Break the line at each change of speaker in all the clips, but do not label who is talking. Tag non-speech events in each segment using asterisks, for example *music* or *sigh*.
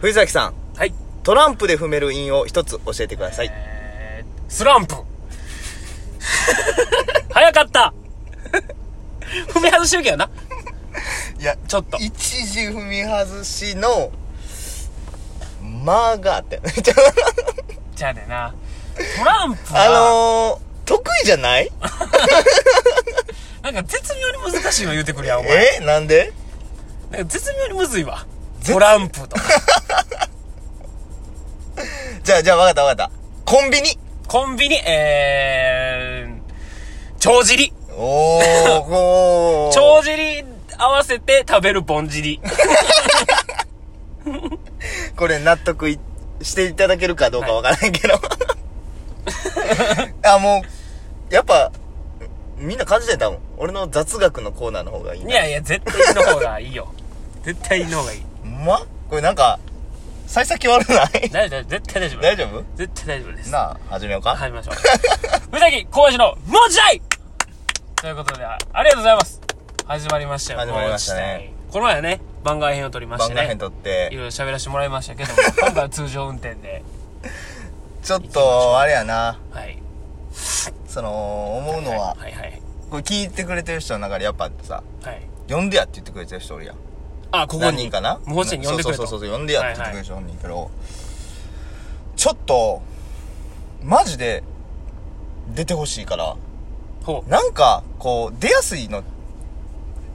藤崎さん、
はい。
トランプで踏める韻を一つ教えてください。
えー、スランプ。早かった。踏み外してるけどな。
いや、
ちょっと。
一時踏み外しの、間があって。
*laughs*
ちょ
じゃあねな。トランプは、
あのー、得意じゃない
なんか絶妙に難しいの言うてくるやん、お前。
えなんで
なんか絶妙にむずいわ。トランプとか。
じゃあ、じゃあ分かった分かった。コンビニ
コンビニ、えー、帳尻。
おー、こー。
帳尻合わせて食べるぼんじり。
これ納得いしていただけるかどうかわからないけど。 *laughs* あ、もう、やっぱ、みんな感じてたもん。俺の雑学のコーナーの方がいい
い
な。
やいや、絶対の方がいいよ。絶対の方がいい。
ほんまこれなんか、幸先悪ない
*laughs* 大丈夫、絶対大丈夫。
大丈夫
絶対大丈夫です。
なあ、始めようか。
始めましょう。 *laughs* 宇崎浩二のもう時代ということで、ありがとうございます。始まりましたよ、
始まりましたね
もう時代。この前はね、番外編を撮りまし
番
て
外編
ね。
撮っ
い
て、
ろいろ喋らせてもらいましたけども、
*laughs*
今回は通常運転で。
ちょっと、あれやな、
はい。
その、思うのは、
はいはい。
これ聞いてくれてる人の中でやっぱさ、
はい。
呼んでやって言ってくれてる人おるやん。
あ、ここ
何
に。
人かな
もう一人呼んでくれと。
そうそうそうそう呼んでやって言ってくれる人本人いるけど、ちょっとマジで出てほしいから
ほう。
なんかこう出やすいの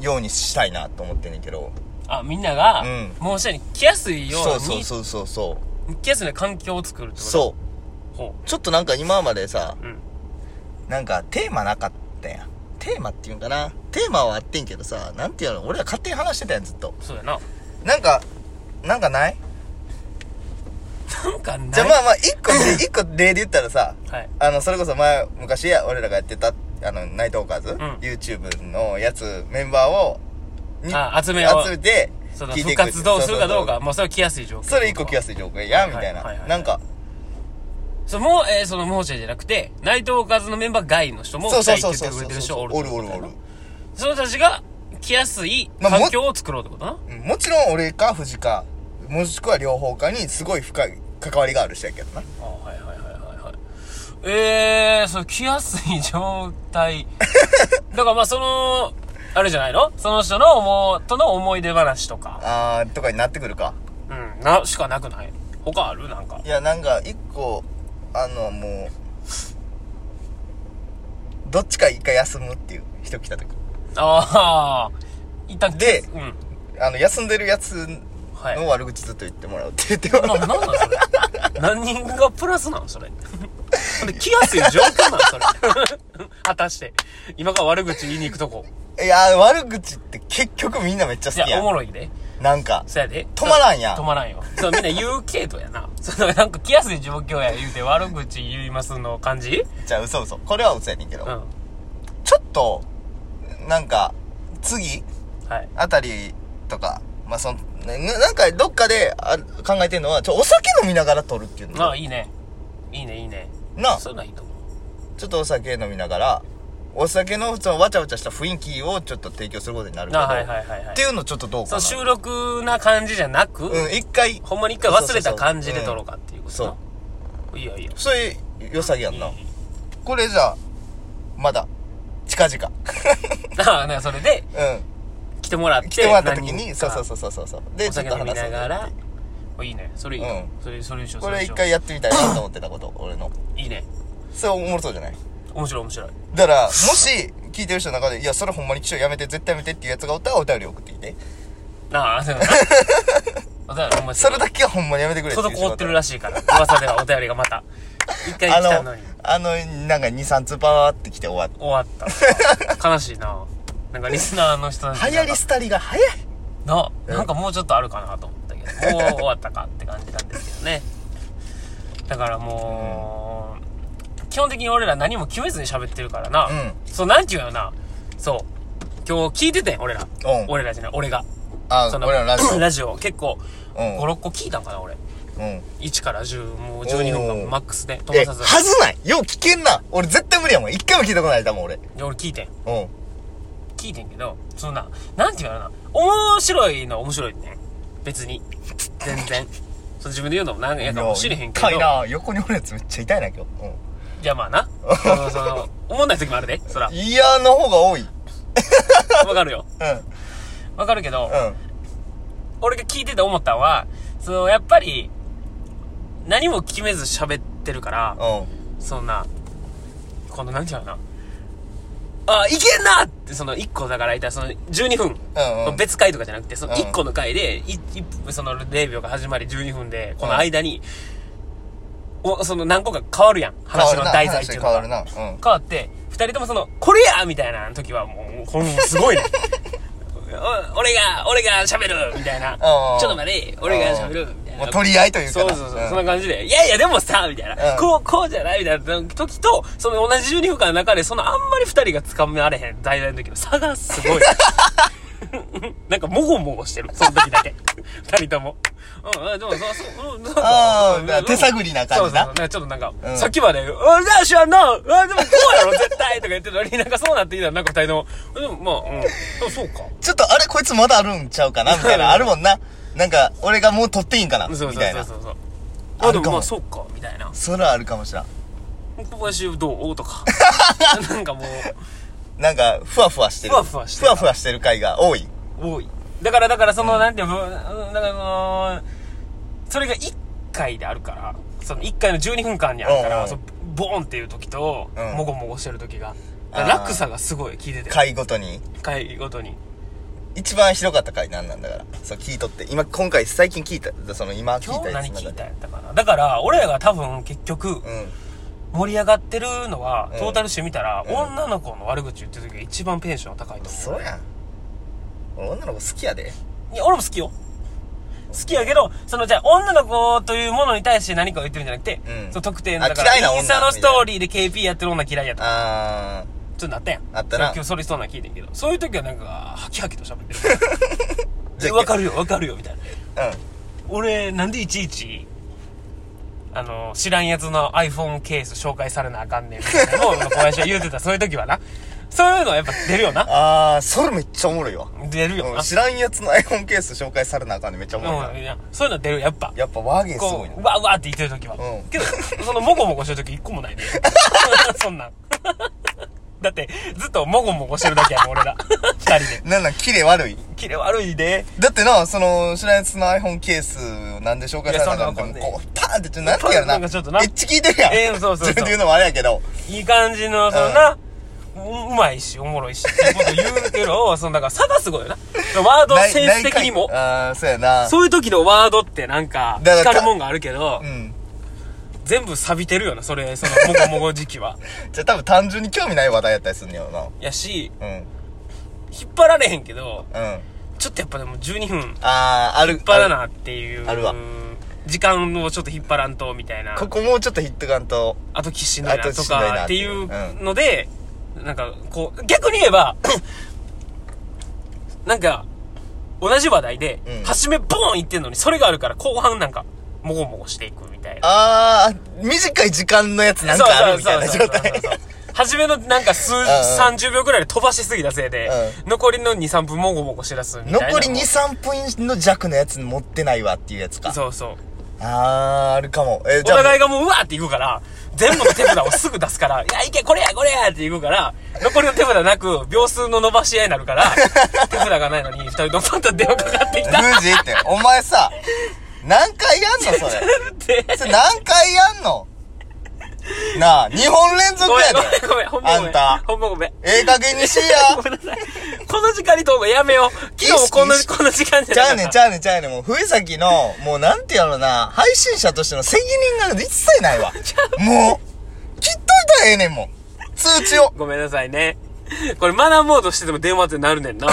ようにしたいなと思ってんねんけど
あ、みんなが
うん、
もう一人に来やすいよう
そう
に、
そうそうそうそ
来やすいような環境を作るって
う
こと。
そう
ほ
うちょっとなんか今までさ
う。うん。
なんかテーマなかったやんテーマっていうんかなテーマはあってんけどさなんていうの俺ら勝手に話してたやんずっと
そうやな。
なんかなんかない
なんかない。
じゃあまあまあ一個で *laughs* 一個例で言ったらさ
はい。
あの、それこそ前、昔や、俺らがやってた、あの、ナイトオーカーズ、YouTube のやつ、メンバーを、に
あ集めよう
集めて、
その、
聞いて
復
いく
活動するかどう
そ
か、
う
もうそれは来やすい状況。
それ一個気がすい状況や、みたいな。
はいはいはい
なんか、
そう、もう、えー、その、モーシェじゃなくて、ナイトオーカーズのメンバー外の人も、
そうそう
来
そ
たいうって
そ
言
う
ってく
そ
れ
う
てる人
そう。
おる
おるおる
って
お
こ
る
とやな。その人たちが、来やすい
まあも
環境を作ろうってことな。
うんもちろん俺か藤か、もしくは両方かにすごい深い関わりがある人やけどな。
あはいはいはいはいはい。えー、その、来やすい状
*laughs*
態。だからまあ、その、あれじゃないのその人の思う、との思い出話とか。
あー、とかになってくるか。
うん、な、しかなくない他あるなんか
い。や、なんか、一個、あの、もう、どっちか一回休むっていう人来た時。
ああ、一旦、
で
うん。
あの、休んでるやつ
はい。
の悪口ずっと言ってもらうって言ってもらう
な、なんなんそれ何人がプラスなんそれ。ほんで、来やすい状況なんそれ。 *laughs* 果たして。今から悪口言いに行くとこ。
*laughs* いやー悪口って結局みんなめっちゃ
い
好き
や、
や
お
ん
もろいで。
なんか
そやで。
止まらんやん
止まらんよ。そう、みんな言うけどやな。そう、なんか来やすい状況や言うて悪口言いますの感じ
じゃあ嘘嘘これは嘘やねんけど、
うん。は
ちょっとなんか次
い。
あたりとかまあそのななんかどっかであ考えてんのはちょお酒飲みながら撮るっていうの
あ、いいね。いいね、いいね。
な
そういうのはいいと思う。
ちょっとお酒飲みながらお酒のそのわちゃわちゃした雰囲気をちょっと提供することになるけど、
あ、はいはいはいはい
って。いうのちょっとどう
そ
か
の
な
収録な感じじゃなく、
うん一回
ほんまに一回忘れた感じで撮ろうかっていうこと
そ
な
う。
いいよいいよ。
それ良さげやんな
うん
これじゃあまだ近々
*laughs* ああ、なんかそれで、
うん
来てもらって
来てもらった時に
何人
そ
か
うそうそうそうそうそうで
お酒飲みなが
ちょっと話
ら
そう
おいいねそれいいよ、
う
それそれでしょ
こ
そ
れ
でし
一
ょ
回やってみたいなと思ってたこと俺の
いいね
それおもろそうじゃない
面白い面白い
だからもし聞いてる人の中で「いやそれほんまに気象やめて絶対やめて」っていうやつがおったらお便り送ってきて
なあそ
*laughs*
うやなお便りほんまに
それだけはほんまにやめてくれっていう人
滞
がお
って
ら
るらしいから噂ではお便りがまた一回来た
あ
の
の
に
あのなんか23通パーって来て終わっ
終わった悲しいななんかリスナーの人たち
流行り廃りが早い
ななんかもうちょっとあるかなと思ったけどもう終わったかって感じなんですけどねだからもう、基本的に俺ら何も決めずに喋ってるからな、
うん
そうなんていうよなそう今日聞いててん俺ら、
うん
俺らじゃない俺が
あ
その
俺らのラジオ
*clears throat* ラジオ結構
うん
56個聞いたんかな俺
うん
1から10もう12分
おー
間マックスで飛
え
ばさず
はずないよう聞けんな俺絶対無理やもん一回も聞いたことないだもん俺うん
で俺聞いてん
うん
聞いてんけどそのななんていうのかな面白いのは面白いね別に全然そう自分で言うのもなんやかもしれへんけ
いや痛
ど。
いな横におるやつめっちゃ痛いな今日、
いやまあな。その、その、思んない時もある
*laughs*
で、そら
うん、。いやの方が多いうん
わかるよ。わかるけど、
うん
俺が聞いてて思ったのは、その、やっぱり、何も決めず喋ってるから、
うん
そんな、この、なんていうのかな。あ、いけんなって、その、1個だから、いたその、12分。
うんうん
別回とかじゃなくて、その
うん
1個の回で、いいその0秒が始まり12分で、この間に、お、その何個か変わるやん。話の題材っていうの
変わ
が
る。な変わるなうん
変わって、二人ともその、これやみたいな時は、もう、このすご
*laughs*
いね。お俺が、俺が喋るみたいな。ちょっと待て、俺が喋るみたい
も
な。
う取り合いというか
そう
な
そうそう、
ん
そんな感じで。いやいや、でもさ、みたいな。
うん
こう、こうじゃないみたいな時と、その同じ12分間の中で、そのあんまり二人がつかめられへん題材の時の差がす
*laughs*
ごい。なんか、もごもごしてる。その時だけ。二人とも。うん、うんでも、そう、そう、うん、
あー
うん
だから手探りな感じな
そうそうそうなんかちょっとなんか、
うん
さっきまで、うん、じゃあ知らんな、うん、でもこうやろ、絶対とか言ってたのに、 *laughs* なんかそうなってきたら、なんか二人とも、でも、まあ、うん、あそうか。
ちょっとあれこいつまだあるんちゃうかなみたい
*laughs*
なあるもんななんか俺がもう取っていいんかなみ
そうそう
たい
そう
な
そうそう。
あ
あ、で
るか
も
も
まあ、そうか、みたいな。
それはあるかもしらん
小林どう
*laughs*
とか。なんかもう、
なんかふわふわしてる
ふわふわしてる
ふわふわしてる回が多い
多い。だから、だから、その、なんていうの、うんだから、その、それが1回であるから、その1回の12分間にあるか
うんう
ら、
ん
そのボーンっていう時と
う、ん
もごもごしてる時が、
あー
落差がすごい聞いてて、
回ごとに
回ごとに。
一番広かった回なんなんだからそう聞いとって今今回最近聞いたその今聞い
今日
たやつ
何
の
聞い
中で
たやったかな。だから、俺らが多分結局、
うん
盛り上がってるのは
う、ん
トータルしてみたら、
うん
女の子の悪口言ってる時が一番テンション高いと思う。
そうやん俺女の子好きやで
いや、俺も好きよ。好きやけど、その、じゃあ、女の子というものに対して何かを言ってるんじゃなくて、
うん
その特定の、
あ
だから、
嫌いな女
インスタのストーリーで KP やってる女嫌いやとか、
あ
ちょっとなったやん。
あったな
そう今日それそうなん聞いてんけど、そういう時はなんか、ハキハキと喋ってる。
*laughs* じ
で
ゃあ
わかるよ、わかるよ、みたいな。
ー
俺、なんでいちいち、あの、知らんやつの iPhone ケース紹介されなあかんねん、みたいな
*laughs*
のを小林は言うてた、そういう時はな。そういうのはやっぱ出るよな。
あーそれめっちゃおもろいわ
出るよ
う
な。
ん知らんやつの iPhone ケース紹介されなあかんねめっちゃおもろいな
うん、いや、そういうの出る、やっぱ。
やっぱワーゲンすご
こ
いな
う、わーわーって言ってる時は。
うん
けど、その、もごもごしてる時一個もないね。 *laughs* そんなん。 *laughs* だって、ずっともごもごしてるだけやもん、俺ら。二人で。
なんなんキレ悪い
キレ悪いで。
だってなその知らんやつの iPhone ケースなんで紹介されなあかんねん
いやそんな
こうパーンってちょっとなんてやろな
なんかちょっとな
エッチ聞いてるやん
ええそうそうそう
自分で言うのもあれやけど
いい感じの、そのな、ううまいし、おもろいし、っていうこと言う
*laughs*
けど、その、だから差がすごいよな。ワード
ない
センス的に
な
も
い。かいああそうやな
そういう時のワードってなんか、
だから
光るもんがあるけど
う、ん
全部錆びてるよな、それ、その、もごもご時期
*laughs*
は。
じゃあ多分単純に興味ない話題やったりすんねやろな
やし、
うんうん
引っ張られへんけど、
あ
ちょっとやっぱでも12分、
あーある
引っ張らなっていう。
あるわ
時間をちょっと引っ張らんと、みたいな。
ここもうちょっとヒットガンと
あときしんどい
あ
な、
と
と
しんどいな
か、
っ
ってて
い
いううので、なんか、こう、逆に言え
*coughs*
ば、なんか、同じ話題で、
うん
初めボーン言ってんのに、それがあるから、後半なんか、もごもごしていくみたいな。
ああ短い時間のやつなんかあるみたいな状態
そうそうそうそう初めのなんか数、30秒くらいで飛ばしすぎたせいで、残りの2、3分もごもごしらすみたいな。
残り23分の弱のやつ持ってないわっていうやつか
そうそう。
あーあるかもえ
お互
い
いがもう、うわーって行くから、全部の手札をすぐ出すから、いや、いけ、これや、これやって行くから、残りの手札なく、秒数の伸ばし合いになるから、手札がないのに、二人ともまた電話かかってきた。
無事ってお前さ何回やんのそれ
って。
それ何回やんのなあ2本連続
ごめん、ご
やで
めん、ごめん、ほんまごめん。
あんた
ほんまごめん。
ええ加減にしい
*laughs* ご
や
めんなさい。この時間にとうがやめよう。昨日もこんな、
意識
こんな時間じゃ
ち
な
ゃ
か
う
った
ねんちゃうねんちゃうねんもう冬崎のもうなんてやろな配信者としての責任が一切ないわもう切っといたらええねんもん通知を
ごめんなさいね。これマナーモードしてても電話ってなる
*laughs*
ねんな。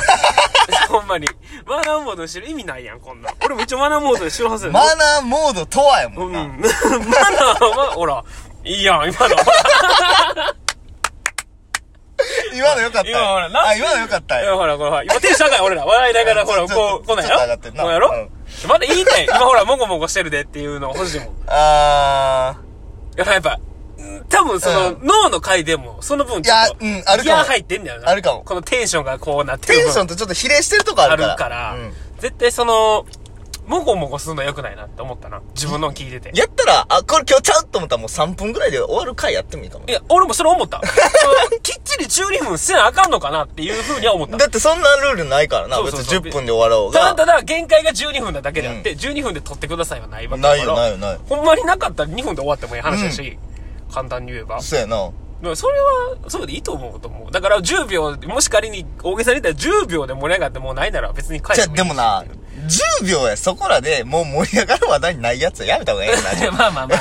ほんまに。マナーモードにしてる意味ないやん、こんなん。俺も一応マナーモードにしてるはずやん
マナーモードとはやも
うんん。
な、
マナーは、ほら、いいやん、今の。
今のよかった
今ほらな
あ今のよかった
いやほら、ほら、今テンション高い、俺ら。笑いながら、ほら、
ちょ
こ
っと
う、こうなんや
ちょっと上がって
ろ
んな
こうや
う
ろまだいいねん。今ほら、もごもごしてるでっていうの欲しいもん。
あ
やっぱ、うん多分その、
う
脳の回でも、その分ちょっと、
いやうんあるかも
ギア入ってんだよな。
あるかも
このテンションがこうな
ー
ってる
テ
分。
ンションとちょっと比例してるとこあ
あ
るから
るから
うん、
絶対その、もごもごするの良くないなって思ったな。自分の聞いてて。
やったら、あ、これ今日ちゃうと思ったらもう3分ぐらいで終わる回やってもいいかも
い。や、俺もそれ思った。そのきっちり12分せなあかんのかなっていうふうには思った。
だってそんなルールないからな。
そう
別
そう
に
そう
10分で終わろう
ただた
が。
だ限界が12分なだけであって、12分で取ってくださいはないわけだ
な
から。
いよないよないよ
ほんまになかったら2分で終わってもいい話だし、簡単に言えば。
そうやな。
でもそれは、そうでいいと思うと思う。だから10秒、もし仮に大げさに言ったら10秒で盛り上がってもうないなら別に返
じゃ
し
あ
て
でもな、10秒やそこらでもう盛り上がる話題ないやつはやめた方がええよな
いや *laughs* まあまあまあ。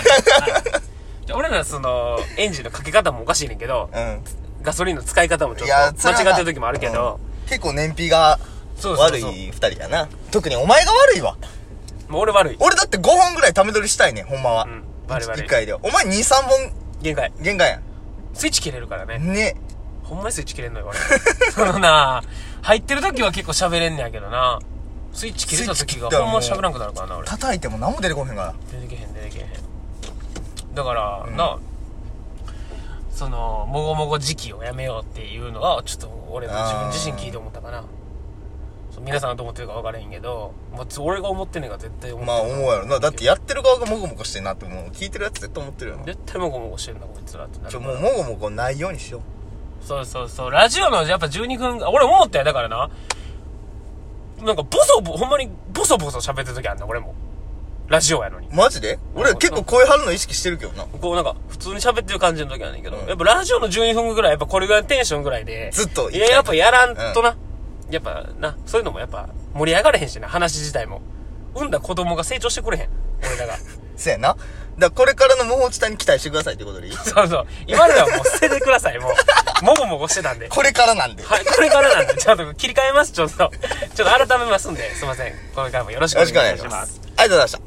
じゃあ俺らその、エンジンのかけ方もおかしいねんけど、 *laughs*
うん。
ガソリンの使い方もちょっ
いや
と間違ってる時もあるけど、
結構燃費が
そうそう
悪
そう
い二人やな。特にお前が悪いわ。
もう俺悪い。
俺だって5本ぐらい溜め取りしたいねん、ほんまは。
うん悪い悪い
1回で。お前2、3本
限界。
限界や
スイッチ切れるからね。
ん。ね。
ほんまにスイッチ切れんのよ、俺。 *laughs* そのな、入ってる時は結構喋れんねやけどな。スイッチ切れた時が
スイッチ切ったら
ほんま喋らんくなるからな、俺。
叩いても何も出てこへんから。
出てけへん、出てけへん。だから、な、その、もごもご時期をやめようっていうのは、ちょっと俺の自分自身聞いて思ったかな。そう皆さんがどう思ってるか分からへんけど、まあ、つ俺が思ってんねんから絶対思って
まあ思うやろな。だってやってる側がもごもごしてんなってもう聞いてるやつ絶対思ってるよな。
絶対もごもごしてんな、こいつらってな
ち
る
ょ、。もうもごもごないようにしよ
そうそうそう。ラジオのやっぱ12分、俺思ったよ。だからな。なんかボソボ、ほんまにボソボソ喋ってる時あんな、俺も。ラジオやのに
う。。マジで俺結構声張るの意識してるけどな。
こうなんか、普通に喋ってる感じの時はねんけど、
うん
やっぱラジオの12分ぐらい、やっぱこれぐらいのテンションぐらいで。
ずっと
いや、やっぱやらんとな。やっぱな、そういうのもやっぱ盛り上がれへんしな、話自体も。産んだ子供が成長してくれへん。俺
*laughs*
らが。
せやな。だからこれからの無法地帯に期待してくださいってこと
*laughs*
でいい
そうそう。今のはもう捨ててください、もう。もごもごしてたんで。
これからなんで。
はい、これからなんで、ちょっと切り替えます、ちょっと。ちょっと改めますんで、すいません。これからもよろしくお願いします。
ありがとうございました。